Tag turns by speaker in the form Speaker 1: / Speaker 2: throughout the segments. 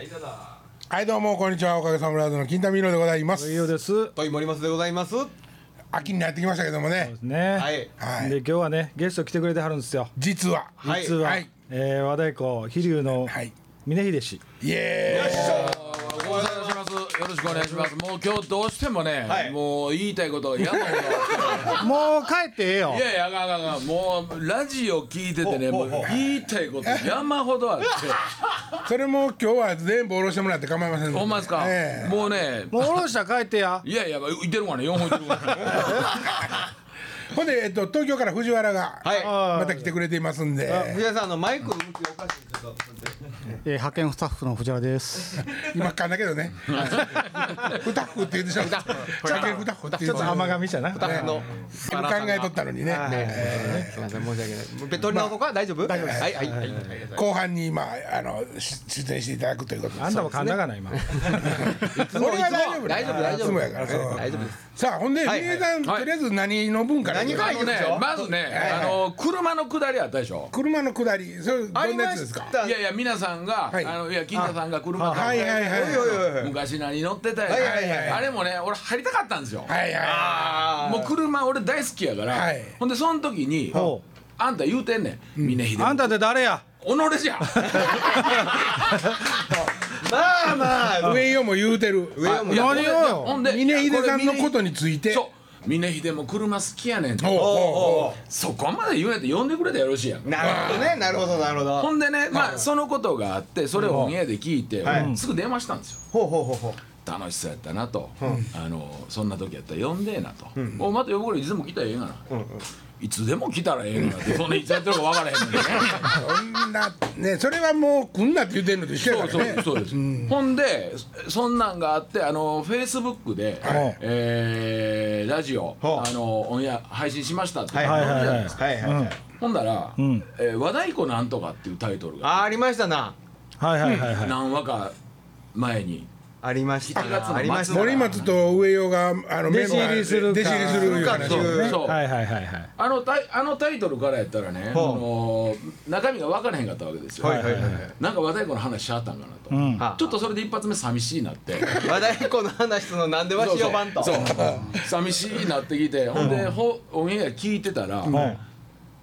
Speaker 1: 間だ
Speaker 2: はいどうもこんにちはおかげさまラジオの金田美濃でございます
Speaker 3: いいよです。そ
Speaker 1: とい森松でございますは
Speaker 2: 秋になってきましたけども
Speaker 3: う
Speaker 2: ね
Speaker 3: ですね。
Speaker 1: い
Speaker 2: はい
Speaker 3: で今日はねゲスト来てくれてはるんですよ。
Speaker 2: 実は
Speaker 1: はい
Speaker 3: 実は、
Speaker 2: はい
Speaker 3: えー和太鼓飛龍の
Speaker 2: はい
Speaker 3: 峰秀氏。
Speaker 2: イエ
Speaker 4: おはようございます。よろしくお願いします。もう今日どうしてもね、
Speaker 1: はい
Speaker 4: もう言いたいことをやばい
Speaker 3: もう帰ってええよ
Speaker 4: い。やいや、あかんあかんあかん。もうラジオ聞いててね、
Speaker 1: ほ
Speaker 4: も
Speaker 1: う
Speaker 4: う
Speaker 1: ほうほう
Speaker 4: 言いたいこと山ほどあって。
Speaker 2: ーイそれも今日は全部下ろしてもらって構いませんので
Speaker 4: ほんまですか
Speaker 2: ええ。
Speaker 4: もうね、
Speaker 3: もう下ろしたら帰ってや。
Speaker 4: いやいや、言ってるからね、4本いってるから。
Speaker 2: ほんでえっと東京から藤原が
Speaker 1: はい
Speaker 2: また来てくれていますんで
Speaker 1: 藤原さんあのマイクの向きおかしいちょっと
Speaker 5: えー、派遣スタッフの藤原です。
Speaker 2: 今噛んだけど ねふたふって言ってしまったふたふたふって
Speaker 3: ち
Speaker 2: 言
Speaker 3: ょ
Speaker 2: っし
Speaker 3: ってと
Speaker 2: ま
Speaker 3: 甘
Speaker 2: った
Speaker 3: 噛みしたな。
Speaker 1: あの
Speaker 2: 考えとったのにね
Speaker 1: はいはいすみません申し訳ない。取り直そうか大丈夫？大丈夫です。はいはいはい。
Speaker 2: 後半に今あのし出演していただくということで
Speaker 3: あんたも噛んだがな今。
Speaker 2: 俺は大丈夫
Speaker 1: 大丈夫大丈
Speaker 2: いつ
Speaker 1: 夫
Speaker 2: もやからそう
Speaker 1: 大丈夫です。
Speaker 2: さあほんで
Speaker 1: はい
Speaker 2: 峰さんと
Speaker 4: はい
Speaker 2: りあえず何の分から
Speaker 1: 何から
Speaker 4: あ
Speaker 1: い
Speaker 4: のね、まずね、あの車の下りあったでしょ。
Speaker 2: 車の下りそれどんなやつですか
Speaker 4: いやいや、皆さんが、
Speaker 2: はい
Speaker 4: あのいや、金田さんが車の
Speaker 2: は
Speaker 4: 中
Speaker 2: い
Speaker 4: で
Speaker 2: はいはい
Speaker 1: おいおいおいおい。
Speaker 4: 昔何乗ってたや
Speaker 1: はいはいはい
Speaker 2: はい
Speaker 4: んあれもね、俺入りたかったんですよ。
Speaker 2: はいは
Speaker 1: あ
Speaker 4: もう車俺大好きやから、
Speaker 2: はい
Speaker 4: ほんでその時に
Speaker 3: ほ
Speaker 4: あんた言うてんねん峰秀
Speaker 3: あんたって誰や。
Speaker 4: 己じゃ
Speaker 1: あまあま
Speaker 2: い
Speaker 1: あ
Speaker 2: 上よも言うてる
Speaker 1: 上をも
Speaker 4: いや
Speaker 3: 何をよ
Speaker 4: ほんでほんで
Speaker 2: 峰秀さんのこと
Speaker 4: に
Speaker 2: について
Speaker 4: そう峰秀も車好きやねん
Speaker 2: おうおうおう
Speaker 4: そこまで言うねんって呼んでくれたらよろしいやん
Speaker 1: なるほどねなるほどなるほど。
Speaker 4: ほんでねまあそのことがあってそれをオンエアで聞いて、
Speaker 1: はい
Speaker 4: すぐ電話したんですよ
Speaker 1: ほうほうほうほう。
Speaker 4: 楽しそうやったなと、あのそんな時やったら呼んでえなと、おまた呼ぶからいつでも来たらええがな、いつでも来たらええがなってそんないつやってるか分からへんのにね
Speaker 2: そんなねそれはもう来んなって言うてんのと一緒
Speaker 4: そ
Speaker 2: や
Speaker 4: う
Speaker 2: か
Speaker 4: そう
Speaker 2: らね
Speaker 4: そうです、ほんでそそんなんがあってあのフェイスブックで、
Speaker 3: はい
Speaker 4: えーラジオ
Speaker 1: ほう
Speaker 4: あのオンエア配信しましたって、
Speaker 1: はいはいはい
Speaker 3: はい
Speaker 1: はいはい。
Speaker 4: ほんだら、
Speaker 3: ん
Speaker 4: えー和太鼓なんとか」っていうタイトルが
Speaker 1: あありましたな。
Speaker 3: はいはいはいはい。
Speaker 4: 何話か前に
Speaker 1: ありました。
Speaker 4: 7月の末
Speaker 1: ありました。
Speaker 2: 森松と上よがあのメン
Speaker 3: 弟子
Speaker 2: バー
Speaker 3: 入りする
Speaker 2: 弟
Speaker 3: か
Speaker 2: 子入りするいう話
Speaker 1: そう
Speaker 3: ね
Speaker 4: そう
Speaker 3: はいはいはいはい。
Speaker 4: あのタイあのタイトルからやったらね、あの中身が分からへんかったわけですよ、
Speaker 1: はいはいはい。
Speaker 4: なんか和太鼓の話しちゃったんかなと、
Speaker 3: うん。
Speaker 1: あ
Speaker 4: ちょっとそれで一発目寂しいなって。
Speaker 1: 和太鼓の話のなんでわし呼ばんと。
Speaker 4: そうそう寂しいなってきてほんでほオンエア聞いてたら、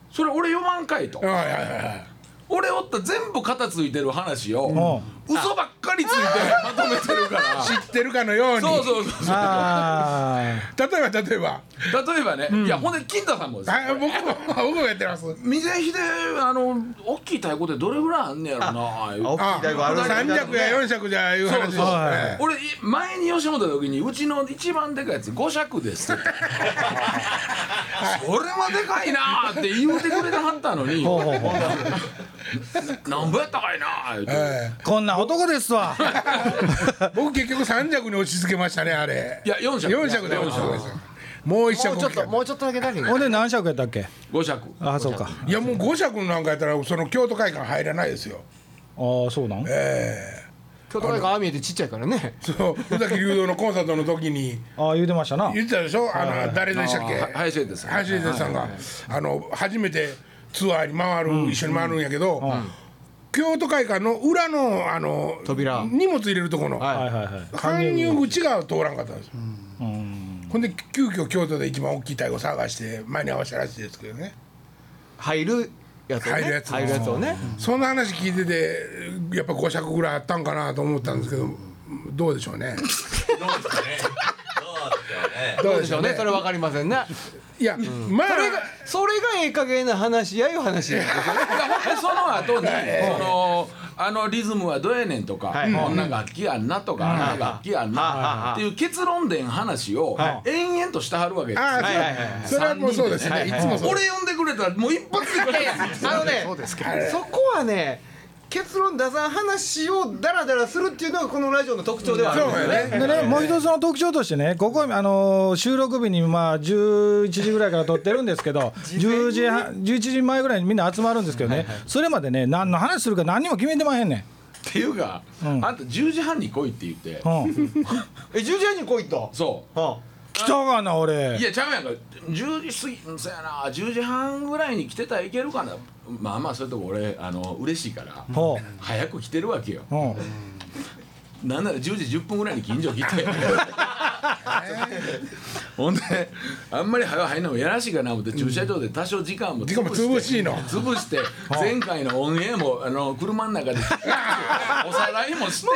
Speaker 4: それ俺呼ばんかいと
Speaker 2: はいはいはい
Speaker 4: 俺おったら全部肩ついてる話を、嘘ばっかりついてまとめてるから
Speaker 2: 知ってるかのように
Speaker 4: そうそうそうそ
Speaker 3: あ
Speaker 2: 例えば例えば
Speaker 4: う例えばね、いやほんで金太さんもです
Speaker 2: あ僕も僕もやってます
Speaker 4: 水秀あの大きい太鼓でどれぐらいあんねやろな言うて
Speaker 1: 大きい
Speaker 2: あ
Speaker 1: 太鼓ある
Speaker 2: 三百や四百じゃいう話です
Speaker 4: そうそう
Speaker 2: ええ
Speaker 4: 俺前に吉本の時にうちの一番でかいやつ5尺ですってそれはでかいなーって言うてくれてはったのに
Speaker 3: あ。ほうほうほう。
Speaker 4: なんぼやったかいなーって、
Speaker 2: え
Speaker 3: こんな男ですわ。
Speaker 2: え僕結局三尺に落ち着けましたねあれ
Speaker 4: いや4尺
Speaker 2: 四尺で落ち着けましたもう一
Speaker 5: も
Speaker 2: 尺
Speaker 5: うちょっと、もうちょっとだけだけ。
Speaker 3: ほんで何尺やったっけ。
Speaker 4: 5尺
Speaker 3: あそうか。
Speaker 2: いやもう五尺なんかやったらその京都会館入らないですよ
Speaker 3: ああそうなん。
Speaker 5: 京都大学ああ見えてちっちゃいからね。
Speaker 2: そう宇崎竜童のコンサートの時に
Speaker 3: ああ言うてましたな。
Speaker 2: 言ってたでしょあの誰でしたっけ
Speaker 4: あーは林英哲さん
Speaker 2: 林英哲さんがあの初めてツアーに回る一緒に回るんやけど京都会館の裏のあの
Speaker 1: 扉
Speaker 2: 荷物入れるとこの
Speaker 3: はいはいはい。
Speaker 2: 搬入口が通らんかったんですよほんで急遽京都で一番大きい太鼓探して間に合わせたらしいですけどね
Speaker 1: 入るやつをね。
Speaker 2: 入るやつ
Speaker 1: 入るやつをね。
Speaker 2: そんな話聞いててやっぱ5尺ぐらいあったんかなと思ったんですけどどうでしょうねど
Speaker 1: ど
Speaker 2: う
Speaker 1: う
Speaker 2: で
Speaker 1: で
Speaker 2: し
Speaker 1: し
Speaker 2: ょ
Speaker 1: ょ
Speaker 2: う
Speaker 1: う
Speaker 2: ね
Speaker 1: ね。それわかりませんね。
Speaker 2: いやまあ
Speaker 1: それがそれがええ加減な話やいう話や。
Speaker 4: でその後にそのあのリズムはどうやねんとか、
Speaker 1: はい
Speaker 4: こんな楽器やんなとか、あんな楽器やんなっていう結論でん話を延々としてはるわけですよ、
Speaker 2: ああ、
Speaker 1: はいはいはい
Speaker 2: そうそれはもうそうですね、い、つもそうで
Speaker 4: 俺呼んでくれたらもう一発で答えやすい
Speaker 1: あのね、そこはね、結論出さん話をダラダラするっていうのがこのラジオの特徴ではあるんですよ
Speaker 2: そうや
Speaker 1: ね。
Speaker 2: ね
Speaker 3: でね、もう一つの特徴としてね、ここ、あのー収録日に、まあ、11時ぐらいから撮ってるんですけど、10時半、11時前ぐらいにみんな集まるんですけどね、それまでね、何の話するか何にも決めてまへんねん。
Speaker 4: っていうか、あんた10時半に来いって言って、
Speaker 3: うん、
Speaker 1: え、十時半に来いと。
Speaker 4: そ
Speaker 1: は
Speaker 3: 来たがな、俺
Speaker 4: うい。やちゃうやんか10時過ぎうんそやな10時半ぐらいに来てたらいけるかなまあまあそういうとこ俺あの嬉しいから
Speaker 3: ほ
Speaker 4: 早く来てるわけよ
Speaker 3: う。うん。
Speaker 4: なんなら10時10分ぐらいに近所来 てほんであんまり早う入んのもやらしいかな思って駐車場で多少時間も
Speaker 2: 時間も潰しいの
Speaker 4: 潰して前回のオンエアもあの車の 中でおさらいもして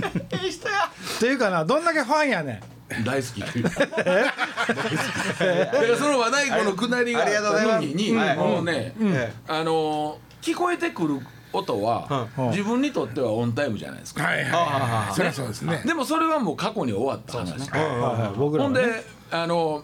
Speaker 3: っていうかなどんだけファンやねん
Speaker 4: 大好き だからその和太鼓のくだりがあった時に
Speaker 1: ありがとう
Speaker 4: もうね、
Speaker 1: え
Speaker 4: あの聞こえてくる音は、自分にとってはオンタイムじゃないですか、
Speaker 2: はいはいそりゃそうですね
Speaker 4: でもそれはもう過去に終わった話、
Speaker 3: はいはい僕ら
Speaker 4: ほ
Speaker 3: は
Speaker 4: ん
Speaker 3: ね
Speaker 4: であの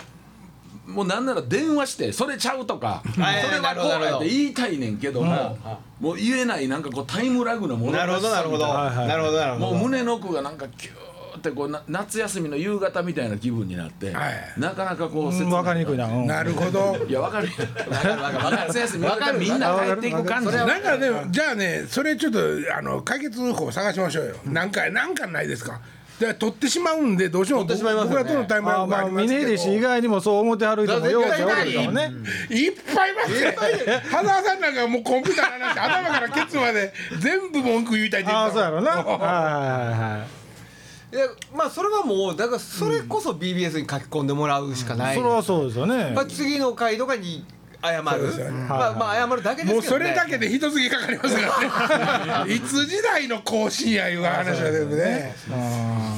Speaker 4: もうなんなら電話してそれちゃうとかそ れ
Speaker 1: はい
Speaker 4: はこ
Speaker 1: なるほどな
Speaker 4: う
Speaker 1: る
Speaker 4: やっ
Speaker 1: ほど
Speaker 4: て言いたいねんけども、もう言えないなんかこうタイムラグのもの
Speaker 1: なるほどなるほど
Speaker 3: はいはい
Speaker 1: なるほどなるほ
Speaker 4: も
Speaker 1: ど
Speaker 4: う胸の奥がなんかキューってこうな夏休みの夕方みたいな気分になって、
Speaker 2: はい
Speaker 4: なかなか
Speaker 3: う
Speaker 4: こう
Speaker 3: ん、分かりにくいな、うん、
Speaker 2: なるほど
Speaker 4: いやわかる夏休みわかるみんな 帰っていく感じ
Speaker 2: なんかでもじゃあねそれちょっとあの解決方法探しましょうよなんかなんかないですかで取ってしまうんでどうしようも
Speaker 1: 取ってしまいます
Speaker 2: 僕
Speaker 1: よね
Speaker 2: らとのタイムラ
Speaker 3: まあ
Speaker 2: グが
Speaker 3: ま
Speaker 2: あ
Speaker 3: あ
Speaker 2: りますけど
Speaker 3: 峰秀氏以外にもそう思ってはる人もようおるけどね
Speaker 2: いっぱいいますね羽沢さんなんかもうコンピューターの話頭からケツまで全部文句言いたいって言
Speaker 3: ああ
Speaker 2: っ
Speaker 3: そうや
Speaker 2: たも
Speaker 3: ろ
Speaker 2: ん
Speaker 3: なはいはいはい
Speaker 1: やまあそれはもうだからそれこそ BBS に書き込んでもらうしかないい、
Speaker 3: それはそうですよね
Speaker 1: まあ、次の回とかに謝
Speaker 2: そうで
Speaker 1: る、
Speaker 2: すよね
Speaker 1: まあ、まあ謝るだけですけど、ね、
Speaker 2: もうそれだけで一月かかりますか らねいつ時代の更新やいう話だけどね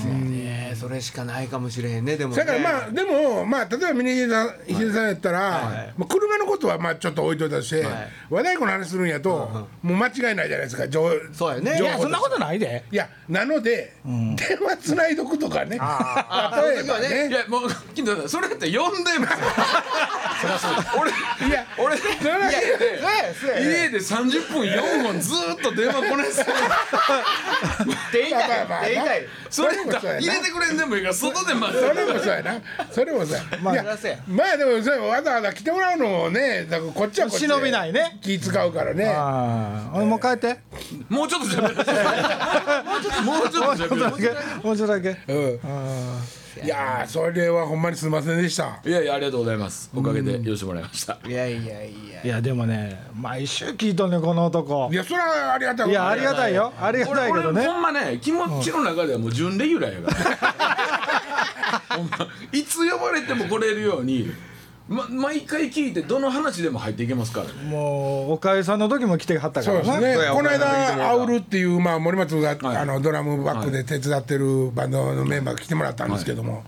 Speaker 1: ねそれしかないかもしれへんねでもね
Speaker 2: だからまあでもまあ例えば峰秀さん秀さんやったらまあ車のことはまあちょっと置いといたとして
Speaker 1: はい
Speaker 2: 和太鼓の話するんやともう間違いないじゃないですか情
Speaker 1: そうやね
Speaker 2: 情
Speaker 3: い
Speaker 2: 報
Speaker 3: やそんなことないで
Speaker 2: いやなので電話つないどくとかね例えば
Speaker 1: そういう時は
Speaker 2: ね
Speaker 4: いやもう金田さんそれって呼んでも俺
Speaker 2: いや
Speaker 4: 俺
Speaker 1: そうやそうや
Speaker 4: 家で30分4本ずーっと電話 こねてた
Speaker 1: 手痛い
Speaker 2: まあまあな
Speaker 1: 手痛い
Speaker 4: それ
Speaker 2: それもそうやな
Speaker 4: 入れてくれんでもいいから外で待っ
Speaker 2: そ
Speaker 4: て
Speaker 2: れもそうやな。それもそうや。ま
Speaker 1: あ
Speaker 2: いや
Speaker 1: そうや
Speaker 2: まあでもそれわざわざ来てもらうのもね、だからこっちはこっちで
Speaker 3: 忍びないね
Speaker 2: 気使うからね。
Speaker 3: ああもう帰って
Speaker 4: もうちょっと喋るもうちょっと
Speaker 3: もうちょっとだ
Speaker 4: 喋
Speaker 3: けもうちょっとだけ
Speaker 2: うん。いやーそれはほんまにすみませんでした。
Speaker 4: るいやいやありがとうございますおかげでよしてもらいました
Speaker 1: いやいやいや
Speaker 3: いやでもね毎週聞いとんねんこの男
Speaker 2: いやそれはありがたい。
Speaker 3: いやありがたいよありがたいけどね
Speaker 4: 俺俺ほんまね気持ちの中ではもう準レギュラーやから、ほんまいつ呼ばれても来れるように、ま、毎回聞いてどの話でも入っていけますからね
Speaker 3: もうおかゆさんの時も来てはったか
Speaker 2: そう
Speaker 3: ら
Speaker 2: で
Speaker 3: な
Speaker 2: すね
Speaker 1: そうや。
Speaker 2: この
Speaker 1: お
Speaker 2: 間
Speaker 1: 前
Speaker 2: ア
Speaker 1: の
Speaker 2: ウルっていうまあ森松が、
Speaker 4: はい
Speaker 2: あのドラムバックで手伝ってるバンドのメンバーが来てもらったんですけども、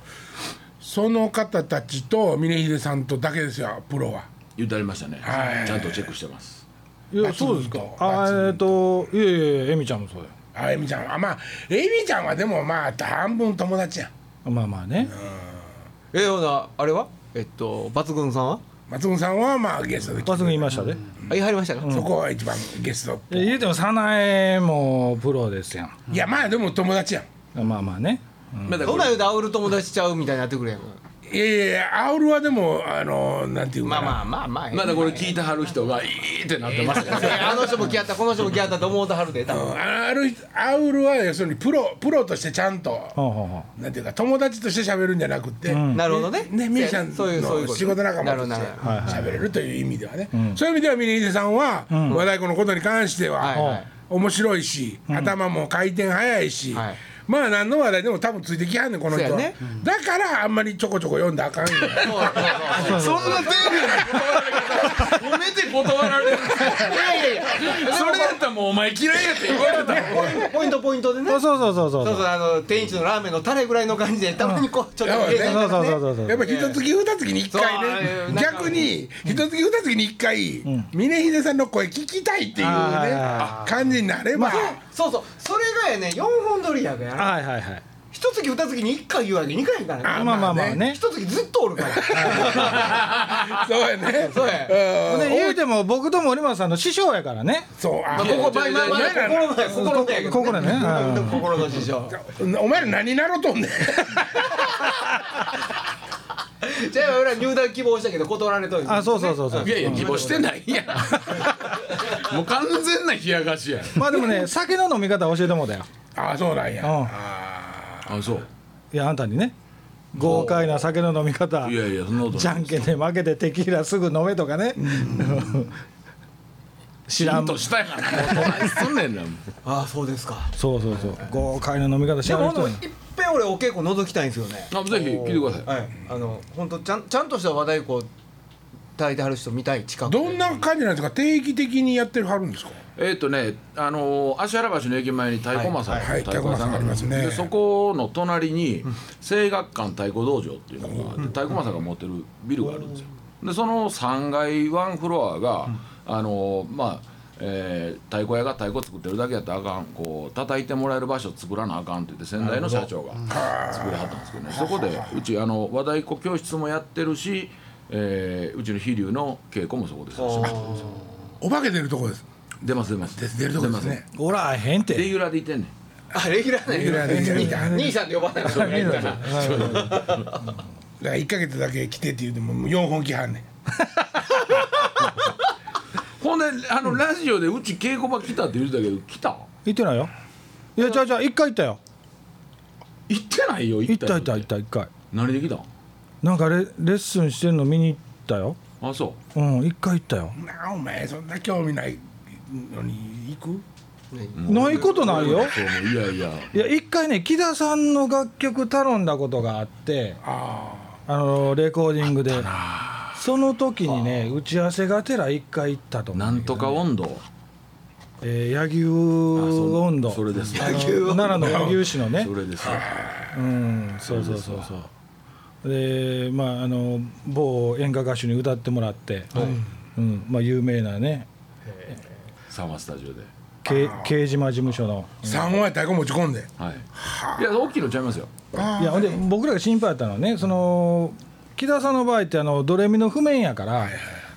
Speaker 2: その方たちと峰秀さんとだけですよプロは。
Speaker 4: 言ってありましたね、
Speaker 2: はい
Speaker 4: ちゃんとチェックしてます
Speaker 3: いやそうです
Speaker 2: 抜
Speaker 3: か
Speaker 2: 群と
Speaker 3: あーえっといやいやいやエミちゃんもそうだよ
Speaker 2: あエミちゃんはまあエミちゃんはでもまあ半分友達やん。
Speaker 3: まあまあね
Speaker 1: えほなあれはえっと抜群さんは
Speaker 2: 松本さんはまあゲストで来て
Speaker 3: まっすぐ言いましたで
Speaker 1: あ言い張りましたか、
Speaker 2: そこは一番ゲスト。
Speaker 3: 言うても早苗もプロですやん
Speaker 2: いやまあでも友達やん。
Speaker 3: まあまあね
Speaker 4: まだ
Speaker 1: そ
Speaker 4: こ
Speaker 1: ん
Speaker 4: れ
Speaker 1: なん言うと煽る友達ちゃうみたいになってくれへん
Speaker 2: いやいやいやアオルはでもあのなんていうか
Speaker 1: ま
Speaker 2: な
Speaker 1: あまあまあまあ
Speaker 4: まだこれ聞いてはる人がいいってなってますから、
Speaker 1: いやあの人も来やったこの人も来やったと思うとはるで多分
Speaker 2: あるアウルは要するにプロプロとしてちゃんと、
Speaker 3: ほうほうほう
Speaker 2: なんていうか友達として喋るんじゃなくて、
Speaker 1: なるほどね
Speaker 2: ねミュージシャ
Speaker 1: そうい
Speaker 2: ン
Speaker 1: うそういう
Speaker 2: の
Speaker 1: こと
Speaker 2: 仕事仲
Speaker 1: な
Speaker 2: 間
Speaker 1: るほ
Speaker 2: と
Speaker 1: ど
Speaker 2: し
Speaker 1: な
Speaker 2: て
Speaker 1: るほ
Speaker 2: 喋れるという意味ではね、そういう意味では峰秀さんは、和太鼓のことに関しては、
Speaker 1: はいはい
Speaker 2: 面白いし、頭も回転早いし、
Speaker 1: はい
Speaker 2: まあ何の話題でも多分ついてきはんねんこの人は、
Speaker 1: そうやね
Speaker 2: だからあんまりちょこちょこ読んだらあかんよ
Speaker 4: そんな丁寧な断られ方褒めて断られる
Speaker 1: どいやいやいや
Speaker 4: それやったらもうお前嫌いやって言われたら
Speaker 1: ポイントポイントでね
Speaker 3: そうそうそうそ
Speaker 1: そ
Speaker 3: うそうう
Speaker 1: そうあの天一のラーメンのタレぐらいの感じでたまにこうちょっと入れなが
Speaker 3: そ
Speaker 1: ら
Speaker 3: うそう
Speaker 1: ね
Speaker 3: そうそうそう
Speaker 2: やっぱ一月二月に一回
Speaker 1: そうあれ
Speaker 2: ね
Speaker 1: なんか
Speaker 2: 逆に一月二月に一回峰秀さんの声聞きたいっていうね
Speaker 3: あー
Speaker 2: あ感じになれば
Speaker 1: そうそうそれがやね4本撮りやから
Speaker 3: はいはいはい
Speaker 1: 一月二月に1回言うわけにいかへんから
Speaker 2: あ
Speaker 1: ね
Speaker 3: まあまあまあね
Speaker 1: 一月ずっとおるから
Speaker 2: そうやね
Speaker 1: そうや
Speaker 2: うん
Speaker 3: で言うても僕と森松さんの師匠やからね
Speaker 2: そうあ
Speaker 1: まあここ前前前心のや心のやけどね
Speaker 3: 心ねうん
Speaker 1: 心の師匠
Speaker 2: お前ら何なろとんねん
Speaker 1: じゃあ俺は入団希望したけど断られとる
Speaker 3: あそうそうそうそう
Speaker 4: いやいや希望してないやんもう完全な冷やかしや
Speaker 3: まあでもね酒の飲み方教えてもうたよ
Speaker 2: あそうなんや
Speaker 3: うん
Speaker 2: あ
Speaker 4: あそう
Speaker 3: いやあんたにね豪快な酒の飲み方
Speaker 4: いやいやそんなことない
Speaker 3: じゃんけんで負けてテキーラすぐ飲めとかね 知らん
Speaker 4: としたやからもうど ないすんねんなもう
Speaker 1: ああそうですか
Speaker 3: そうそうそう豪快な飲み方し
Speaker 1: で
Speaker 3: はる
Speaker 1: も
Speaker 3: 人
Speaker 1: ほ
Speaker 3: や
Speaker 1: んといっぺん俺お稽古覗きたいんですよね
Speaker 4: あぜひ聞いてください
Speaker 1: はいあの本当ちゃんちゃんとした和太鼓叩いてはる人見たい近くで
Speaker 2: どんな感じなんですか定期的にやってるはるんですか
Speaker 4: えっ、とね、あのー芦原橋の駅前に太鼓間さん、
Speaker 2: はいはい
Speaker 4: 太鼓屋さんがあるんですよ
Speaker 2: 太鼓屋さんありますね
Speaker 4: でそこの隣に声楽館太鼓道場っていうのがあって、太鼓間さんが持ってるビルがあるんですよ。でその3階ワンフロアが、あのーまあえー太鼓屋が太鼓作ってるだけやったらあかんこう叩いてもらえる場所作らなあかんって言って先代の社長が作りはったんですけどねそこでうちあの和太鼓教室もやってるし、えーうちの飛龍の稽古もそこでさせてもらってます
Speaker 2: お化け出るとこです
Speaker 4: 出ます出ます
Speaker 2: 出るとこですね
Speaker 3: おらへん
Speaker 4: レ
Speaker 3: て
Speaker 4: ギュラーでいてんねん
Speaker 1: あレギュラーなんや
Speaker 2: レギュラーでいてる
Speaker 1: 兄さんって呼ばない 人がいるから
Speaker 2: だから1か月だけ来てって言うてももう4本来はんねん
Speaker 4: ほんであのラジオでうち稽古場来たって言ってたけど来た
Speaker 3: 行ってないよいやじゃあじゃあ一回行ったよ
Speaker 4: 行ってないよ
Speaker 3: 行った行
Speaker 4: よ
Speaker 3: った行った一回
Speaker 4: 何で来たん
Speaker 3: なんかレレッスンしてんの見に行ったよ
Speaker 4: あそ
Speaker 3: うん一回行ったよ
Speaker 2: なあお前そんな興味ないのに行く
Speaker 3: ないこと
Speaker 4: う
Speaker 3: ないよ
Speaker 4: そうもういやいや
Speaker 3: いや一回ね木田さんの楽曲頼んだことがあって
Speaker 2: あ
Speaker 3: あのレコーディングでその時にね打ち合わせがてら一回行ったと思う
Speaker 4: なんん
Speaker 3: だけ
Speaker 4: と
Speaker 3: ど
Speaker 4: か温度
Speaker 3: えー柳
Speaker 4: あそ
Speaker 3: 生温度
Speaker 4: それです
Speaker 3: あ
Speaker 4: わ
Speaker 3: の奈良の柳生市のね
Speaker 4: それですわ
Speaker 3: うんそうそうそうそうでまああの某演歌歌手に歌ってもらって、うんまあ、有名なね
Speaker 4: サマースタジオで
Speaker 3: け慶島事務所の
Speaker 2: あ3本や太鼓持ち込んで
Speaker 4: はいいや大きいのちゃいますよ
Speaker 3: いやほんで僕らが心配だったのはねその木田さんの場合ってあのドレミの譜面やから、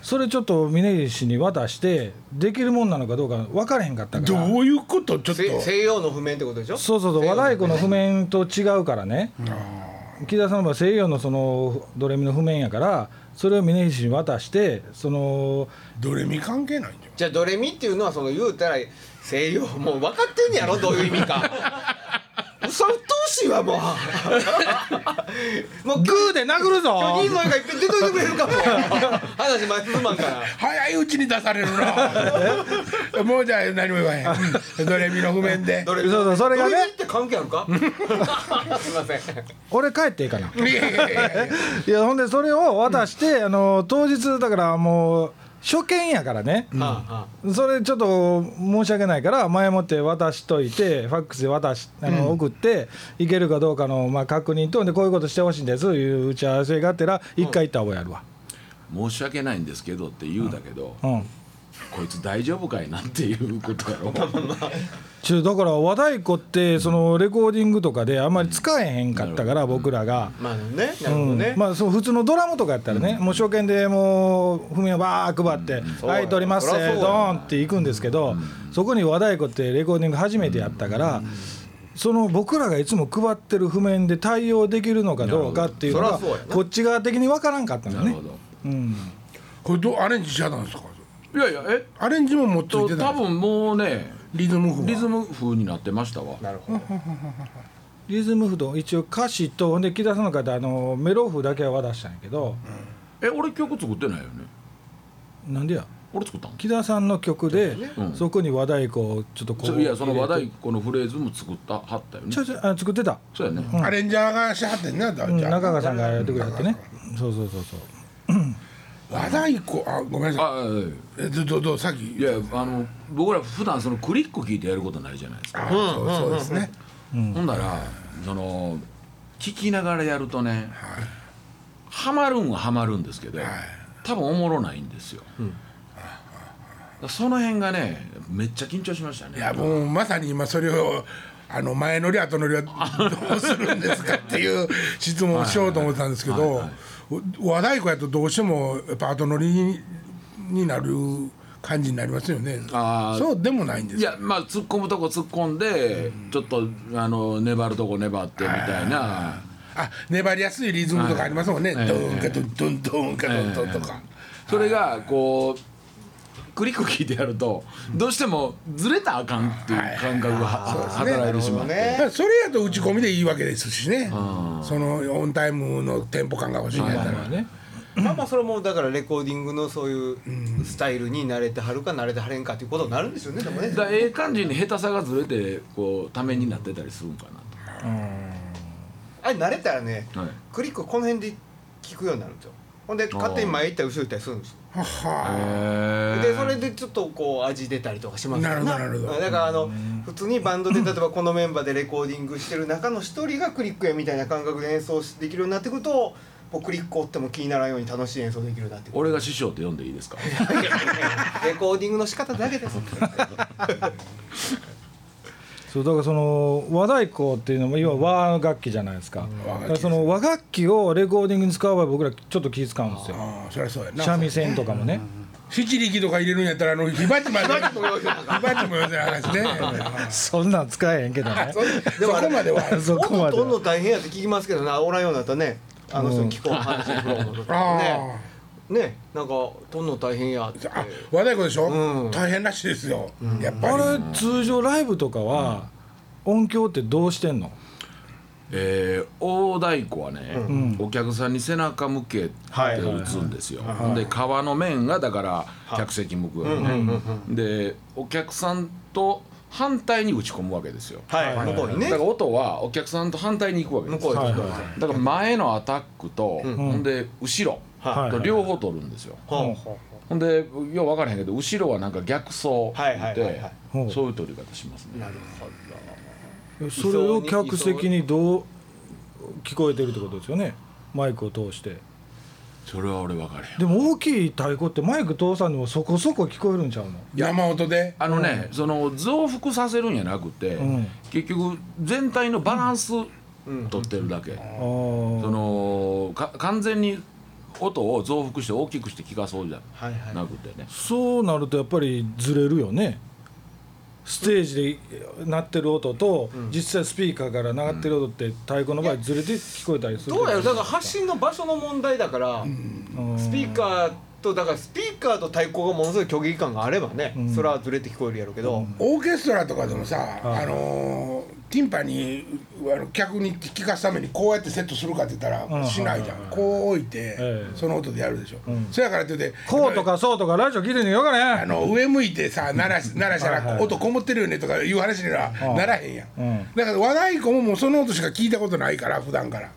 Speaker 3: それちょっと峯岸に渡してできるもんなのかどうか分からへんかったから
Speaker 2: どういうことちょっと
Speaker 1: せ西洋の譜面ってことでしょ
Speaker 3: そうそうそう和太鼓の譜面と違うからね木田さんの場合西洋のそのドレミの譜面やからそれを峯岸に渡してその
Speaker 2: どれみ関係ないんじゃ
Speaker 1: じゃあドレミっていうのはその言うたら西洋もう分かってんねやろどういう意味 かそれうっとうしいわもうもうグ
Speaker 3: グーで殴るぞ
Speaker 1: ー人の絵がいっぺん出といてくれるか も話前進まんから
Speaker 2: ん早いうちに出されるな もうじゃあ何も言わへんうんドレミの譜面で
Speaker 1: ドレ
Speaker 3: そうそうそれがね
Speaker 1: ドレミって関係ある かすいません
Speaker 3: 俺帰っていいかない
Speaker 2: やいやいやいや
Speaker 3: いやほんでそれを渡して、あの当日だからもう初見やからね、
Speaker 1: はあはあ
Speaker 3: それちょっと申し訳ないから前もって渡しといてファックスで渡しあの送っていけるかどうかのまあ確認とでこういうことしてほしいんですいう打ち合わせがてら一回行った方がやるわ、
Speaker 4: 申し訳ないんですけどって言うだけど
Speaker 3: うん、
Speaker 4: こいつ大丈夫かいなっていうことやろ
Speaker 3: ちゅだから和太鼓ってそのレコーディングとかであんまり使えへんかったから僕らが。
Speaker 1: まあねなるほ
Speaker 3: う
Speaker 1: ど
Speaker 3: ん
Speaker 1: ね、
Speaker 3: まあ、そう普通のドラムとかやったらね、もう証券でもう譜面をバー配って「
Speaker 1: うん
Speaker 3: はい取ります
Speaker 1: そ
Speaker 3: ド
Speaker 1: りゃそうや
Speaker 3: ーン!」っていくんですけど、そこに和太鼓ってレコーディング初めてやったから、その僕らがいつも配ってる譜面で対応できるのかどうかっていうの
Speaker 1: な
Speaker 3: が
Speaker 1: るほどそりゃそうやな
Speaker 3: こっち側的に分からんかったの
Speaker 4: なる
Speaker 3: ね
Speaker 4: ほ。ど
Speaker 3: うん
Speaker 2: これどうアレンジしちゃったんですか
Speaker 4: いやいやえっ
Speaker 2: アレンジも持ってい
Speaker 4: と
Speaker 2: て
Speaker 4: 多
Speaker 2: たんですか
Speaker 4: 分もうね
Speaker 2: リズム譜は
Speaker 4: リズム風になってましたわ
Speaker 1: なるほど
Speaker 3: リズム譜と一応歌詞とほんで木田さんの方あのメロ譜だけは渡したんやけど、
Speaker 4: え俺曲作ってないよね
Speaker 3: なんでや
Speaker 4: 俺作ったん
Speaker 3: 木田さんの曲で、
Speaker 4: うん
Speaker 3: そこに和太鼓をちょっとこ
Speaker 4: そういやその和太鼓のフレーズも作ったはったよね
Speaker 3: ちょちょあ作ってた
Speaker 4: そうやね、
Speaker 2: アレンジャーがしはってんなじゃあ
Speaker 3: うん、中川さんがやってくれはってねそうそうそうそう
Speaker 2: 和太鼓あごめんなさい
Speaker 4: あ
Speaker 2: えどどどうさっき
Speaker 4: いやいやあの僕ら普段そのクリック聞いてやることないじゃないですか、
Speaker 2: あそうそうですね
Speaker 4: ほんならその聞きながらやるとね、ハマるんはハマるんですけど、多分おもろないんですよ、その辺がねめっちゃ緊張しましたね
Speaker 2: いやもうまさに今それをあの前乗り後乗りはどうするんですかっていう質問をしようと思ったんですけど和太鼓やとどうしてもやっぱ後乗りにになる感じになりますよね
Speaker 4: あー
Speaker 2: そうでもないんです
Speaker 4: いやまあ突っ込むとこ突っ込んで、ちょっとあの粘るとこ粘ってみたいな、
Speaker 2: あ粘りやすいリズムとかありますもんね、
Speaker 4: はい
Speaker 2: ドーンかドンドンドーンかドンドンとか、
Speaker 4: それがこうクリック聞いてやるとどうしてもずれたらあかんっていう感覚がは働いてしまう
Speaker 2: だからそれやと打ち込みでいいわけですしね、そのオンタイムのテンポ感が欲しいんやったら、
Speaker 3: まあね
Speaker 1: まあまあそれもだからレコーディングのそういうスタイルに慣れてはるか慣れてはれんかっていうことになるんですよねでもね
Speaker 4: だからええ感じに下手さがずれてこうためになってたりするんかな
Speaker 1: あれ慣れたらね
Speaker 4: と、はい、
Speaker 1: クリックをこの辺で聞くようになるんですよほんで勝手に前行ったり後ろ行ったりするんですよでそれでちょっとこう味出たりとかしますから
Speaker 2: なるほどなるほど
Speaker 1: だからあの普通にバンドで例えばこのメンバーでレコーディングしてる中の一人がクリックやみたいな感覚で演奏できるようになってくるとこうクリック追っても気にならんように楽しい演奏できるようになってく る
Speaker 4: 俺が師匠って呼んでいいですか
Speaker 1: レコーディングの仕方だけです
Speaker 3: そうだからその和太鼓っていうのも今和楽器じゃないですか,、
Speaker 2: 和楽器
Speaker 3: だからその和楽器をレコーディングに使う場合僕らちょっと気使うんですよ
Speaker 2: ああそりゃそうやな
Speaker 3: 三味線とかもね、
Speaker 2: 七力とか入れるんやったらあの火鉢まで火鉢もよせな話ね
Speaker 3: そんなん使えへんけどね
Speaker 2: そこまでは
Speaker 3: そこま
Speaker 1: 音
Speaker 3: で
Speaker 1: とんの大変やって聞きますけどなおらんようになったらねあの人に聞こう話しろとかね
Speaker 2: あ
Speaker 1: ねなんかとんの大変やって
Speaker 2: ああ和太鼓でしょ、
Speaker 1: うん
Speaker 2: 大変らしいですよ、やっぱり
Speaker 3: あれ通常ライブとかは音響ってどうしてんの
Speaker 4: えー大太鼓はね、お客さんに背中向けて
Speaker 3: はい
Speaker 4: 打つんですよ、で革の面がだから客席向くよね、でお客さんと反対に打ち込むわけですよ、
Speaker 1: はい向こうに
Speaker 4: だ
Speaker 1: ね
Speaker 4: から音はお客さんと反対に行くわけで
Speaker 1: 向
Speaker 4: すよ
Speaker 1: こうに
Speaker 3: はい
Speaker 1: 聞こ
Speaker 3: は
Speaker 1: え
Speaker 4: だから前のアタックと、ほんで後
Speaker 1: は
Speaker 4: ろ
Speaker 3: い
Speaker 4: と両方取るんですよ、
Speaker 1: ては
Speaker 4: ほんでよう分からへんけど後ろはなんか逆走
Speaker 1: はいはいはい
Speaker 4: で
Speaker 1: はい
Speaker 4: そういう取り方しますね
Speaker 3: それを客席にどう聞こえてるってことですよねマイクを通して
Speaker 4: それは俺分からへん
Speaker 3: でも大きい太鼓ってマイク通さんでもそこそこ聞こえるんちゃうの
Speaker 2: 山音で
Speaker 4: あのね、その増幅させるんじゃなくて、
Speaker 3: うん
Speaker 4: 結局全体のバランス取ってるだけ、
Speaker 3: あ
Speaker 4: そ
Speaker 3: ー
Speaker 4: のか完全に音を増幅して大きくして聞かそうじゃ
Speaker 1: はいはい
Speaker 4: なくてね、
Speaker 3: そうなるとやっぱりずれるよねステージで鳴ってる音と実際スピーカーから鳴ってる音って太鼓の場合ずれて聞こえたりする
Speaker 1: どうやろうだから発信の場所の問題だからスピーカーとだからスピーカーと対抗がものすごい虚偽感があればねそれはずれて聞こえるやろうけど
Speaker 2: オーケストラとかでもさ、あのーティンパにあの客に聞かすためにこうやってセットするかって言ったらしないじゃん、こう置いて、
Speaker 3: ええ
Speaker 2: その音でやるでしょ、そやからって言って
Speaker 3: こうとかそうとかラジオ聞いてんのよか
Speaker 2: あ
Speaker 3: ね
Speaker 2: の上向いてさ鳴 らし鳴らしたら音こもってるよねとかいう話にはならへんやん、
Speaker 3: うん
Speaker 2: だから和太鼓ももうその音しか聞いたことないから普段から、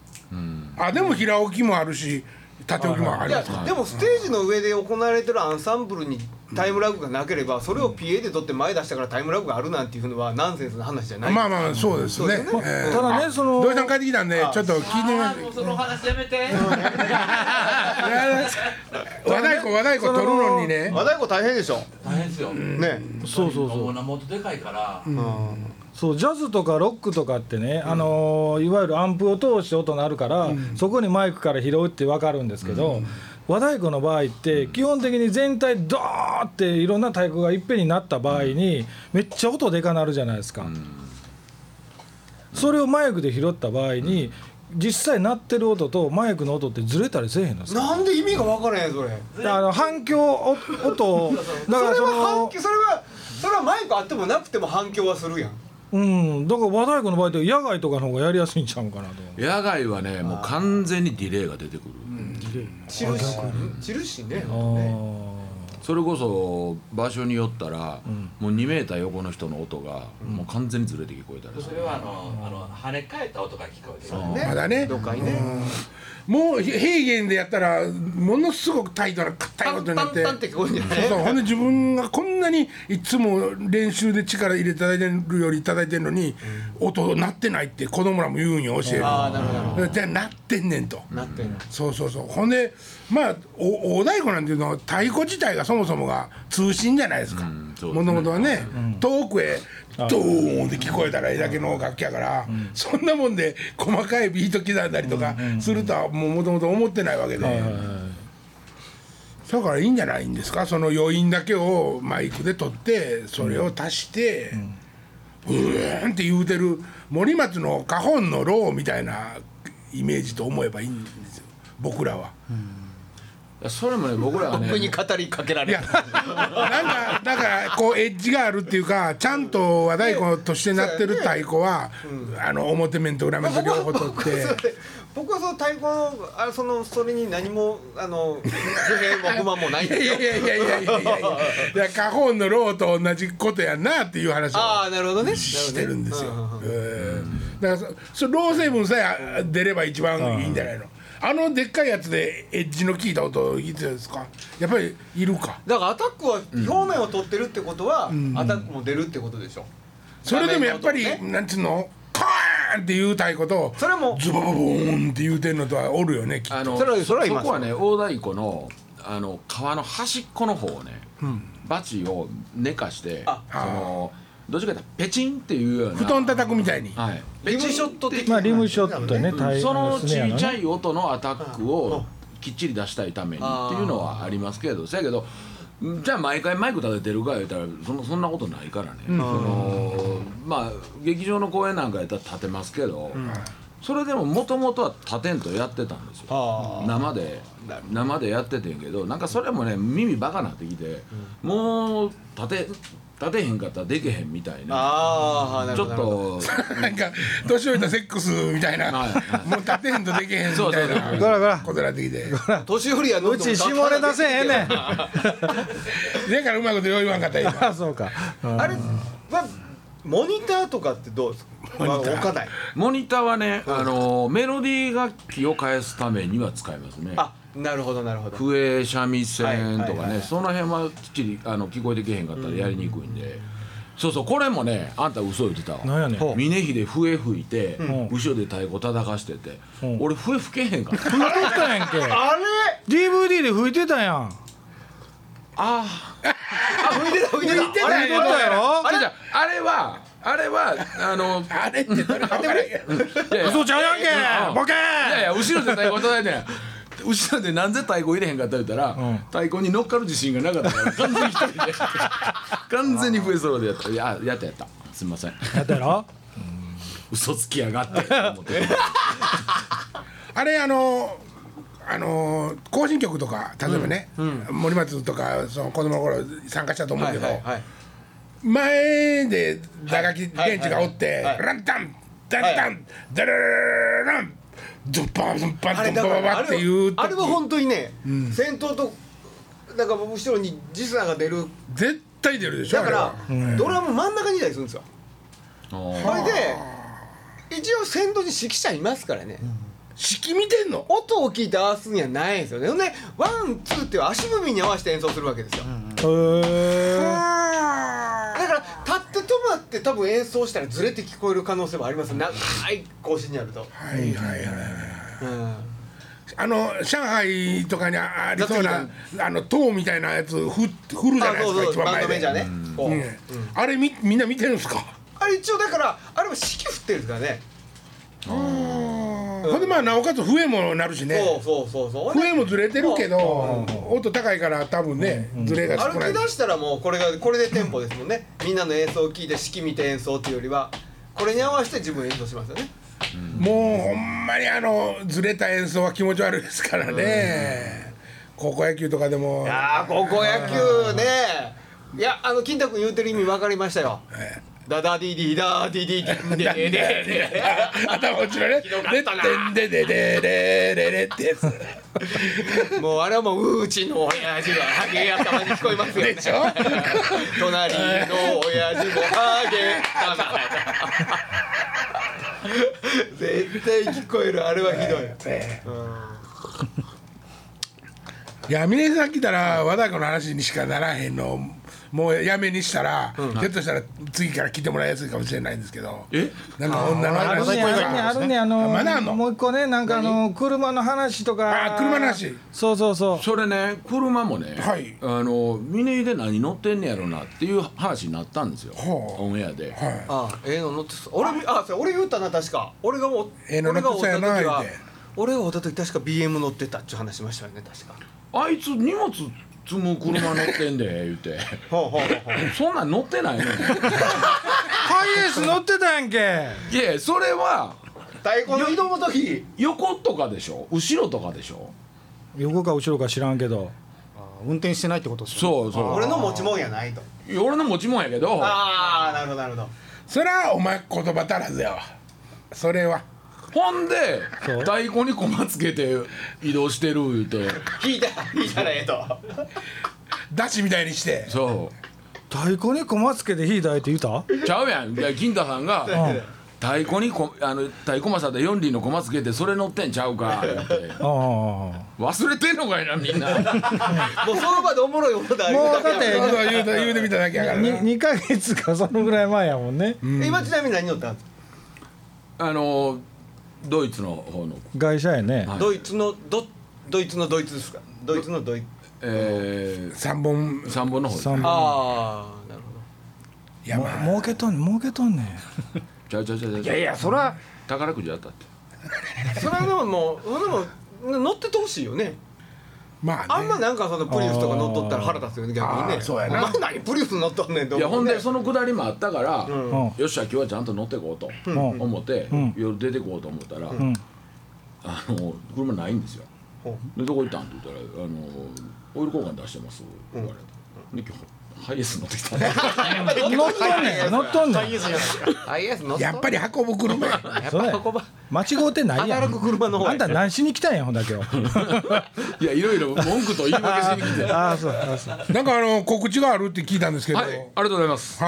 Speaker 2: あでも平置きもあるし縦置きもあ
Speaker 1: い
Speaker 2: りま
Speaker 1: や
Speaker 2: すから
Speaker 1: でもステージの上で行われてるアンサンブルにタイムラグがなければそれを PA で取って前出したからタイムラグがあるなんていうのはナンセンスな話じゃない
Speaker 2: まあまあそうです
Speaker 1: そ
Speaker 2: ね、
Speaker 1: うですね
Speaker 2: ええ
Speaker 3: ただねその
Speaker 2: 土井さん帰ってきたんでちょっと聞いてみます
Speaker 6: もうその話やめて。
Speaker 2: 和太鼓和太鼓取るのにね
Speaker 1: 和太鼓大変でしょ
Speaker 6: 大変ですよ。
Speaker 1: ね
Speaker 3: そうそうそう
Speaker 6: もなもっとでかいから。
Speaker 3: そうジャズとかロックとかってね、あのーいわゆるアンプを通して音鳴るから、そこにマイクから拾うって分かるんですけど、和太鼓の場合って基本的に全体ドーっていろんな太鼓がいっぺんになった場合に、めっちゃ音でかなるじゃないですか、それをマイクで拾った場合に、実際鳴ってる音とマイクの音ってずれたりせえへんのですか
Speaker 1: なんで意味が分からへんそれ
Speaker 3: あの反響お音を だ
Speaker 1: そ
Speaker 3: から
Speaker 1: れ
Speaker 3: そ
Speaker 1: は
Speaker 3: の
Speaker 1: 反響それはそれはマイクあってもなくても反響はするやん
Speaker 3: うんだから和太鼓の場合って野外とかの方がやりやすいんちゃうかなと思う
Speaker 4: 野外はねもう完全にディレイが出てくる、
Speaker 1: 散るし散るしね
Speaker 3: あー
Speaker 4: それこそ場所によったら、もう2メーター横の人の音がもう完全にずれて聞こえたりす
Speaker 6: そ
Speaker 4: る、
Speaker 6: れはあの、あの、跳ね返った音が聞こえてる。
Speaker 1: ね
Speaker 2: まだね
Speaker 1: どっかにね
Speaker 2: もう平原でやったらものすごくタイトな硬い
Speaker 1: タ
Speaker 2: こ
Speaker 1: ン
Speaker 2: とに
Speaker 1: タ
Speaker 2: なっ
Speaker 1: ン
Speaker 2: て
Speaker 1: タンって聞こえんじゃな
Speaker 2: そう
Speaker 1: い
Speaker 2: そうほんで自分がこんなにいつも練習で力入れていただいてるよりいただいてるのに、音鳴ってないって子供らも言うんよ教える
Speaker 1: ああなるほどなるほ
Speaker 2: じゃあ鳴ってんねんと。
Speaker 1: どなってんの
Speaker 2: そうそうそうほんでまあお大太鼓なんていうのは太鼓自体がそもそもが通信じゃないですか
Speaker 4: んそうで
Speaker 2: も
Speaker 4: すね
Speaker 2: ともとはね、遠くへドーンって聞こえたらええだけの楽器やから、そんなもんで細かいビート刻んだりとかするとはもともと思ってないわけで、だからいいんじゃないんですかその余韻だけをマイクで取ってそれを足して。うーんって言うてる森松の花本のローみたいなイメージと思えばいいんですよ僕らは、
Speaker 4: やそれもね僕らはね
Speaker 1: 僕に語りかけら
Speaker 2: い
Speaker 1: れ
Speaker 2: や
Speaker 1: る
Speaker 2: なんかだからこうエッジがあるっていうかちゃんと和太鼓としてなってる太鼓は、あの表面と裏面と両方取って
Speaker 1: 僕はその太鼓のあそのそれに何もあの不平も不満もないんです
Speaker 2: い
Speaker 1: よ
Speaker 2: やいやいやいやいやいやいやカホンのローと同じことやなっていう話
Speaker 1: あ
Speaker 2: を
Speaker 1: あなるほどね
Speaker 2: してるんですよ
Speaker 1: なほどね。
Speaker 2: うんだからそそロー成分さえあ出れば一番いいんじゃないのあのでっかいやつでエッジの効いた音いつですかやっぱりいるか
Speaker 1: だからアタックは表面を取ってるってことは、アタックも出るってことでしょ
Speaker 2: それでもやっぱり
Speaker 1: 画面の音ね
Speaker 2: なんつうのカーンって言う太鼓と
Speaker 1: それも
Speaker 2: ズボボボーンって言うてんのとはおるよねきっと
Speaker 4: あの
Speaker 1: そ
Speaker 4: そ
Speaker 1: れはそれはいます
Speaker 4: こはね大太鼓のあの川の端っこの方をね、バチを寝かして
Speaker 1: あ
Speaker 4: そのどっちかというとペチンっていうような
Speaker 2: 布団叩くみたいに
Speaker 4: はい、
Speaker 1: リムショット的
Speaker 3: まあリムショットね、大
Speaker 4: そのちいちゃ
Speaker 3: い。
Speaker 4: い音のアタックをきっちり出したいためにっていうのはありますけどせやけどじゃあ毎回マイク立ててるか言うたらそのそんなことないからね、そのまあ劇場の公演なんかやったら立てますけど、それでももともとは立てんとやってたんですよ生で生でやっててんけどなんかそれもね耳バカなってきて、もう立て立てへんかったらでけへんみたいな
Speaker 1: ああな
Speaker 4: ち
Speaker 1: る
Speaker 4: ょ
Speaker 1: ほど
Speaker 4: っ
Speaker 1: なるほど
Speaker 4: と。
Speaker 2: なんか年老いたセックスみたいな
Speaker 4: はいはい
Speaker 2: もう立てへんとできへんみ
Speaker 4: そう
Speaker 2: た
Speaker 4: そう
Speaker 2: いな
Speaker 3: ゴラゴラ
Speaker 2: ことなってきて
Speaker 1: 年寄りは
Speaker 3: うち下ネタせえへん ねん。
Speaker 2: だからうまいことよう言わんかった今
Speaker 3: あ、そうか。
Speaker 1: あれはモニターとかってどうですか、まあ、置かない
Speaker 4: モニターはね、あのメロディー楽器を返すためには使いますね。
Speaker 1: あなるほどなるほど
Speaker 4: 笛三味線と
Speaker 1: はい
Speaker 4: か
Speaker 1: はいは
Speaker 4: ね、その辺はきっちりあの聞こえてけへんかったらやりにくいんで。そうそうこれもねあんた嘘言ってた
Speaker 3: なん
Speaker 4: わ
Speaker 3: やねん。
Speaker 4: 峰秀笛吹いて、後ろで太鼓叩かしてて、俺笛吹けへんから、あ
Speaker 3: 吹いてたやんけ。
Speaker 1: あれ
Speaker 3: DVD で吹いてたやん。
Speaker 1: あ
Speaker 4: あ
Speaker 1: 吹いてた吹いてた
Speaker 2: 吹いてた
Speaker 1: あ
Speaker 3: 吹いてたやろ
Speaker 4: あれじゃあれはあれはあの
Speaker 2: あれって誰か分からんやん
Speaker 4: いやいや
Speaker 3: 嘘ちゃうやんけボケ
Speaker 4: いやいや後ろで太鼓叩いてんや 後ろでなんで太鼓入れへんかった言うたら、太鼓に乗っかる自信がなかったから完全に一人で完全に笛ソロでやったいややったやったすみません
Speaker 3: やったやろ
Speaker 4: 嘘つきやがって と思って
Speaker 2: あれあのあの行進曲とか例えばね、森松とかその子供の頃参加したと思うけど、
Speaker 1: はいはい
Speaker 2: 前で打楽器
Speaker 1: はい
Speaker 2: 電池がおって、
Speaker 1: はいはい
Speaker 2: ランタンダンタンダラララランドッパンドッパンド
Speaker 1: あれ
Speaker 2: ッ
Speaker 1: だ
Speaker 2: パ
Speaker 1: か
Speaker 2: ン
Speaker 1: らあ
Speaker 2: っていう
Speaker 1: れはあれは本当にね、先頭とだから後ろに時差が出る
Speaker 2: 絶対出るでしょ
Speaker 1: だか
Speaker 2: あ
Speaker 1: ら
Speaker 2: れは
Speaker 1: ドラム真ん中にいたりするんですよ
Speaker 4: あ
Speaker 1: それで一応先頭に指揮者いますからね、
Speaker 2: 式見てんの
Speaker 1: 音を聞いて合わすにはないんですよねほんでワンツーっていう足踏みに合わせて演奏するわけですよ、
Speaker 3: へー
Speaker 1: だから立って止まって多分演奏したらずれて聞こえる可能性もあります長い更新になると、
Speaker 2: はいはいはいはい
Speaker 1: うん、
Speaker 2: あの上海とかにあありそう
Speaker 1: 雑
Speaker 2: なあの塔みたいなやつふ振るじゃ
Speaker 1: あ
Speaker 2: ないで
Speaker 1: そう
Speaker 2: す
Speaker 1: そう
Speaker 2: か一番
Speaker 1: バン
Speaker 2: 前
Speaker 1: ド
Speaker 2: で
Speaker 1: メジャーね、こう
Speaker 2: うんあれみみんな見てるんですか
Speaker 1: あれ一応だからあれも指揮振ってるんですからね
Speaker 2: ほんでまあなおかつ笛もなるしね
Speaker 1: そうそうそうそう
Speaker 2: 笛もずれてるけど音高いから多分ねずれが少
Speaker 1: 歩
Speaker 2: ない
Speaker 1: き出したらもうこれがこれでテンポですもんねみんなの演奏を聞いて式見て演奏っていうよりはこれに合わせて自分演奏しますよね
Speaker 2: もうほんまにあのずれた演奏は気持ち悪いですからね高校野球とかでも
Speaker 1: いやー高校野球ねいやあの金太君言うてる意味分かりましたよダダディディダーディディディディディディ
Speaker 2: 頭落ちのね
Speaker 1: ひどか
Speaker 2: で
Speaker 1: ったな
Speaker 2: ってんででででででってやつ
Speaker 1: もうあれはもううちの親父はハゲ頭に聞こえますよね
Speaker 2: でしょ
Speaker 1: 隣の親父もハゲ頭 絶対聞こえるあれはひどい
Speaker 2: ええいや峰さん来たら和太鼓の話にしかならへんのもうやめにしたら、ひょっとしたら次から来てもらいやすいかもしれないんですけど
Speaker 4: え
Speaker 2: なんか女の
Speaker 3: ある
Speaker 2: 話
Speaker 3: ねあるねあるねあ
Speaker 2: まだあん
Speaker 3: の
Speaker 2: の
Speaker 3: もう一個ねなんかあの車の話と
Speaker 2: あ
Speaker 3: か
Speaker 2: 車の話
Speaker 3: そうそうそう
Speaker 4: それね車もね、
Speaker 2: はい
Speaker 4: あの峰秀何乗ってんねやろなっていう話になったんですよ、
Speaker 2: ほう
Speaker 4: オンエア
Speaker 2: は
Speaker 4: で、
Speaker 2: い
Speaker 1: ああええの乗ってた俺あそれ俺言ったな確か俺がお
Speaker 2: ええの乗ってたよな
Speaker 1: 俺がおった時
Speaker 2: 言う
Speaker 1: は
Speaker 2: て
Speaker 1: 俺がおった時確か BM 乗ってたっていう話しましたよね確か
Speaker 4: あいつ荷物積む車乗ってんで言うて
Speaker 1: ほうほうほうほう
Speaker 4: そんなん乗ってないのに
Speaker 3: ハイエース乗ってたやんけ
Speaker 4: いやそれは
Speaker 1: 太鼓の移動の時
Speaker 4: 横とかでしょ後ろとかでしょ
Speaker 3: 横か後ろか知らんけど
Speaker 5: 運転してないってことですね
Speaker 4: そうそう
Speaker 1: 俺の持ち物やないと
Speaker 4: 俺の持ち物やけど
Speaker 1: ああなるほどなるほど
Speaker 2: それはお前言葉足らずやわそれは
Speaker 4: ほんで太鼓に駒つけて移動してる言うて
Speaker 1: 引いたら引いたらええと
Speaker 2: 出しみたいにして
Speaker 4: そう
Speaker 3: 太鼓にこまつけて火抱いて言うた
Speaker 4: ちゃうやんで金田さんが太鼓にこあの太鼓正で四輪の駒つけてそれ乗ってんちゃうか言うて
Speaker 3: ああも
Speaker 4: 忘れてんのかいなみ んな
Speaker 1: もうその場でおもろいことあ
Speaker 3: う
Speaker 1: る
Speaker 3: 分かっ
Speaker 2: そう
Speaker 3: て
Speaker 2: そう言うて言うてみただけやからな
Speaker 3: 2ヶ月かそのぐらい前やもんね
Speaker 1: 今ちなみに何乗ったんですか
Speaker 4: あのドイツの方の
Speaker 3: 外車やね
Speaker 4: はい
Speaker 1: ドイツのドドイツのドイツですかドイツのドイツ
Speaker 4: え
Speaker 2: 三本
Speaker 4: ー、3本の方
Speaker 3: 三本
Speaker 1: ああなるほど
Speaker 2: 山
Speaker 3: も儲けとんねん儲けとんねん
Speaker 4: ちゃうちゃうちゃうちゃう
Speaker 5: いやいやそれは
Speaker 4: 宝くじやったって
Speaker 1: それでももうでも乗っててほしいよね
Speaker 2: まあね
Speaker 1: あんまなんかそのプリウスとか乗っとったら腹立つよね逆に
Speaker 2: あー
Speaker 1: ね
Speaker 2: そうやな
Speaker 1: お前何プリウス乗っとんねんと
Speaker 4: いや
Speaker 1: 思
Speaker 4: ほ
Speaker 1: うんね
Speaker 4: でそのくだりもあったから、
Speaker 1: うん
Speaker 3: うん
Speaker 4: よっしゃ今日はちゃんと乗ってこうと
Speaker 3: ん
Speaker 4: 思って、
Speaker 3: うん
Speaker 4: 夜出てこうと思ったら、
Speaker 3: ん
Speaker 4: あの車ないんですよ
Speaker 1: ほ
Speaker 4: でどこ行ったんって言ったら「あのオイル交換出してます」言われて、で今日ハイエース乗ってきた
Speaker 3: 乗っとんねん乗っとんねん
Speaker 5: イエスじゃないですか
Speaker 1: あいや乗っと
Speaker 2: やっぱり運ぶ車や
Speaker 3: それ間違うてないやん
Speaker 1: 働く車の方や
Speaker 3: あんた何しに来たんやほんだ今日
Speaker 4: いやいろいろ文句と言い訳しに来てはい
Speaker 3: ああそうあそう
Speaker 2: なんかあの告知があるって聞いたんですけど
Speaker 4: あ
Speaker 2: は
Speaker 4: り
Speaker 2: い、
Speaker 4: がとうございます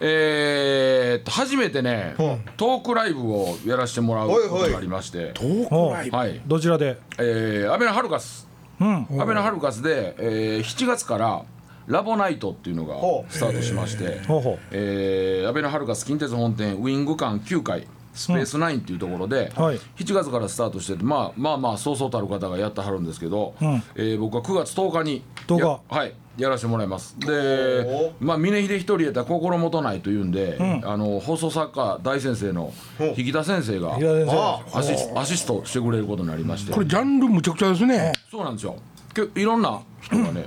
Speaker 4: えー、っと初めてね、トークライブをやらせてもらうことがありまして
Speaker 2: 東
Speaker 3: おう
Speaker 2: 海
Speaker 4: はい
Speaker 3: どちらで
Speaker 4: えー、アベノハルカス
Speaker 3: うん
Speaker 4: アベノハルカスで、えー7月からラボナイトっていうのが
Speaker 1: ほう
Speaker 4: スタートしまして、
Speaker 3: ほうほ
Speaker 4: えー、アベノハルカス近鉄本店ウイング館9階スペースナインっていうところで、
Speaker 3: うんはい
Speaker 4: 7月からスタートしてて、まあ、まあまあそうそうたる方がやってはるんですけど、
Speaker 3: うん
Speaker 4: えー僕は9月10日に
Speaker 3: 10日
Speaker 4: やはいやらせてもらいますで
Speaker 1: お、
Speaker 4: まあ、峰秀一人やったら心もとないというんで、あの放送作家大先生の引田先生が
Speaker 3: 平田先生
Speaker 1: あ
Speaker 4: アシスアシストしてくれることになりまして
Speaker 2: これジャンルむちゃくちゃですね
Speaker 4: そうなんですよ。けいろんな人 がね、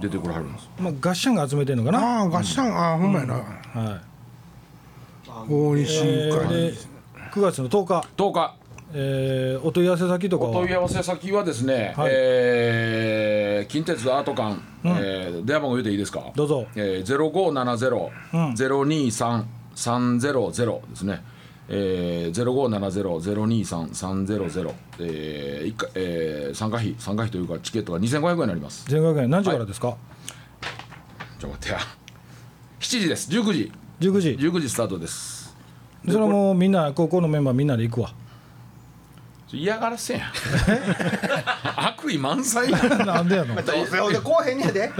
Speaker 4: 出てこられるんです。
Speaker 3: まあガッシャンが集めてんのかな
Speaker 2: ああガッシャンああほんまやな
Speaker 3: はい
Speaker 2: 大西
Speaker 3: え
Speaker 2: 会
Speaker 3: ーで9月の10日
Speaker 4: 10日
Speaker 3: えーお問い合わせ先とか
Speaker 4: お問い
Speaker 3: は
Speaker 4: 合わせ先はですね、
Speaker 3: はい
Speaker 4: えー近鉄アート館、えー電話番号言うていいですか。
Speaker 3: どうぞ
Speaker 4: えー、0570ゼロ二三三ゼロゼロですね。えー、0570-023-300、えー一回えー、参加費参加費というかチケットが2500円になります
Speaker 3: 全額円何時からですか
Speaker 4: ちょっと待ってや7時です19時
Speaker 3: 19時
Speaker 4: 19時スタートです
Speaker 3: それはもうみんな高校のメンバーみんなで行くわ
Speaker 4: 嫌がらせやん悪意満載やん
Speaker 3: なんでやのい
Speaker 1: どうせほんでこうへんねやで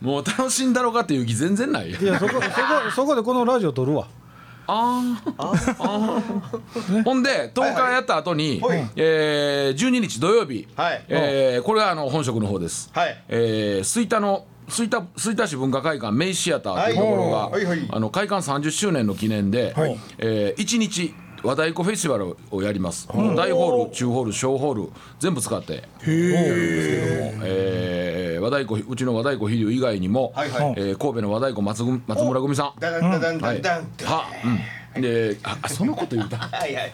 Speaker 4: もう楽しんだろうかっていう気全然ないや
Speaker 3: やそこそこそこでこのラジオ撮るわ
Speaker 4: あー あーほんで10日やった後に、
Speaker 1: はい
Speaker 4: えー、12日土曜日、
Speaker 1: はい
Speaker 4: えーこれはあの本職の方です、
Speaker 1: はい
Speaker 4: えー、吹田の吹田吹田市文化会館メイシアターというところが、
Speaker 1: はいはいはい
Speaker 4: あの開館30周年の記念で、
Speaker 2: はい
Speaker 4: え1日和太鼓フェスティバルをやります、大ホール中ホール小ホール全部使ってえー和太鼓うちの和太鼓飛龍以外にも、
Speaker 1: はいはい
Speaker 4: えー神戸の和太鼓松ぐ松村組さん
Speaker 1: ダダンダダンダ
Speaker 4: はい
Speaker 1: ンダンって
Speaker 4: は、うん、でああそのこと言う た
Speaker 1: はいはいはい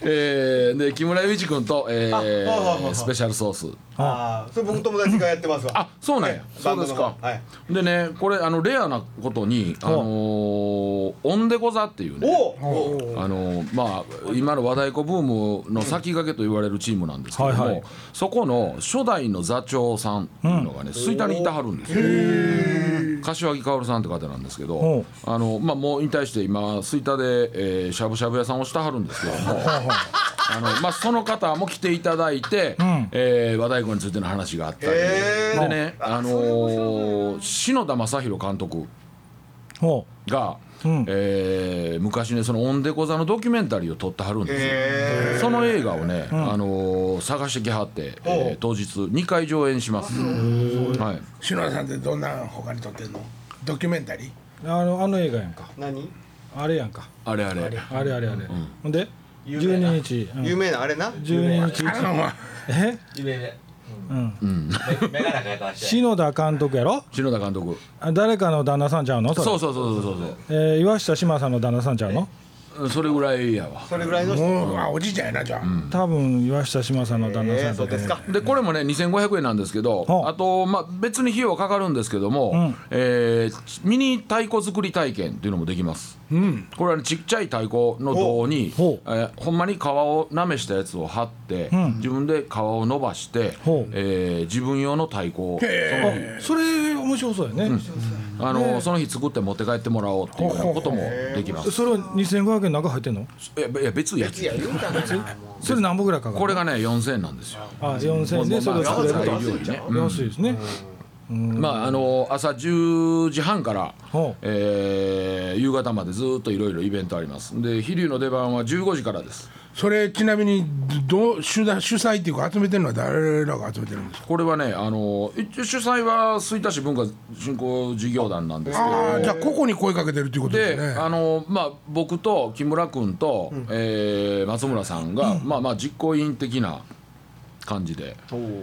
Speaker 4: えー、で木村祐一君と、え
Speaker 1: あはいはいは
Speaker 4: ー、
Speaker 1: い
Speaker 4: スペシャルソース
Speaker 1: ああそれ僕友達がやってますわ
Speaker 4: あそうなんや、
Speaker 1: ね
Speaker 4: そうです
Speaker 1: バン
Speaker 4: か
Speaker 1: ドのはい
Speaker 4: でねこれあのレアなことに「あのー、オンデゴザ」っていうね
Speaker 1: おお
Speaker 4: あのまあ今の和太鼓ブームの先駆けと言われるチームなんですけども、
Speaker 3: はいはい
Speaker 4: そこの初代の座長さんっていうのがね吹田にいたはるんですよ柏木薫さんって方なんですけ
Speaker 3: ほ
Speaker 4: ど
Speaker 3: う
Speaker 4: あの、まあ、もう引退して今吹田で、えーしゃぶしゃぶ屋さんをしたはるんですけども。あのまあ、その方も来ていただいて、
Speaker 3: ん
Speaker 4: えー和太鼓についての話があったり、
Speaker 1: へー
Speaker 4: でね、あのー篠田正宏監督
Speaker 3: ほ
Speaker 4: が、
Speaker 3: うん
Speaker 4: えー昔ねその「オンデコ座」のドキュメンタリーを撮ってはるんですよ、
Speaker 1: へ
Speaker 4: その映画をね、あのー探してきはって、えー当日2回上演します、はい、
Speaker 2: 篠田さんってどんな他に撮ってんのドキュメンタリー
Speaker 3: うあのあの映画やんか
Speaker 1: 何
Speaker 3: あれやんか
Speaker 4: あれあれ
Speaker 3: あれあれあれほんで
Speaker 1: 有名な
Speaker 3: 12日うん
Speaker 1: 有名なあれな
Speaker 3: 12日
Speaker 2: あの
Speaker 3: え
Speaker 6: 夢で
Speaker 3: うん
Speaker 6: メガネ変えたして
Speaker 3: 篠田監督やろ
Speaker 4: 篠田監督
Speaker 3: あ誰かの旦那さんちゃうの
Speaker 4: そう
Speaker 3: う
Speaker 4: そうそうそうそうそう
Speaker 3: えー岩下志麻さんの旦那さんちゃうの
Speaker 4: うんそれぐらいやわ
Speaker 1: それぐらいの人
Speaker 2: もうあおじいちゃんやなじゃあ、
Speaker 3: 多分岩下志麻さんの旦那さ
Speaker 1: え
Speaker 3: ん
Speaker 1: ー、そう
Speaker 3: と
Speaker 1: で
Speaker 3: かね
Speaker 1: すか
Speaker 4: でこれもね2500円なんですけど、
Speaker 3: はあ
Speaker 4: あと、まあ、別に費用はかかるんですけども、
Speaker 3: ん
Speaker 4: えーミニ太鼓作り体験っていうのもできます、これは、ね、ちっちゃい太鼓の胴に
Speaker 3: ほう
Speaker 4: えーほんまに皮をなめしたやつを貼って、自分で皮を伸ばして、
Speaker 3: ほう
Speaker 4: えー自分用の太鼓を
Speaker 3: あそれ面白そうやね、
Speaker 4: あの、その日作って持って帰ってもらおうっていうようなこともできます
Speaker 3: それは2500円中入ってんの
Speaker 4: いやいや別のやつ
Speaker 1: いや言うたんですよ
Speaker 3: それ何本ぐらいかかる
Speaker 4: これがね4000円なんですよ
Speaker 3: あ4000
Speaker 4: もう
Speaker 3: 円でそれを
Speaker 4: まあ
Speaker 3: 作れる
Speaker 4: 材料にね
Speaker 3: と安いですね、
Speaker 4: まああの朝10時半から
Speaker 3: ほう、
Speaker 4: えー夕方までずっといろいろイベントありますで飛龍の出番は15時からです
Speaker 2: それちなみにどう主だ主催っていうか集めてるのは誰らが集めてるんですか
Speaker 4: これはねあの一応主催は吹田市文化振興事業団なんですけど
Speaker 2: ああじゃあ個々に声かけてるっていうことで
Speaker 4: です
Speaker 2: ね
Speaker 4: あのまあ、僕と木村君と、えー松村さんが、まあまあ実行委員的な感じで、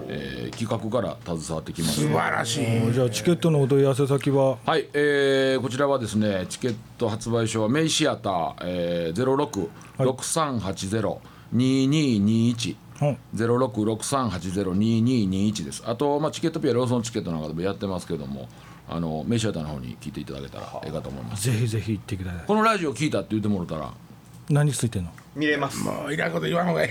Speaker 4: えー企画から携わってきま
Speaker 2: 素
Speaker 4: す
Speaker 2: 晴らしい
Speaker 3: あじゃあチケットのお問い合わせ先は
Speaker 4: はい、えーこちらはですねチケット発売所はメイシアター、えー、0663802221。
Speaker 3: うん
Speaker 4: 0663802221ですあと、まあ、チケットピアローソンチケットなんかでもやってますけどもあのメイシアターの方に聞いていただけたらええかと思います
Speaker 3: ぜひぜひ行ってください
Speaker 4: このラジオ聞いたって言ってもろたら
Speaker 3: 何ついてんの
Speaker 1: 見れます
Speaker 2: もういらんこと言わんほうがいい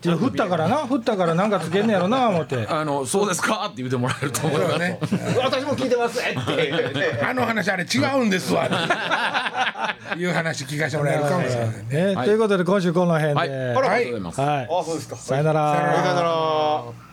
Speaker 3: じゃあ降ったからな降ったからなんかつけんねやろな思って
Speaker 4: あのそうですかって言ってもらえると思い
Speaker 2: そう
Speaker 4: ま
Speaker 2: だ
Speaker 4: す、
Speaker 2: ね
Speaker 1: 私も聞いてますってね
Speaker 2: あの話あれ違うんです わっていう話聞かせてもらえるかもしれない
Speaker 3: ね、ということで今週この辺で、
Speaker 4: はい、ありがとうございます、
Speaker 3: はい
Speaker 1: あそうですか
Speaker 3: さよなら
Speaker 1: さよなら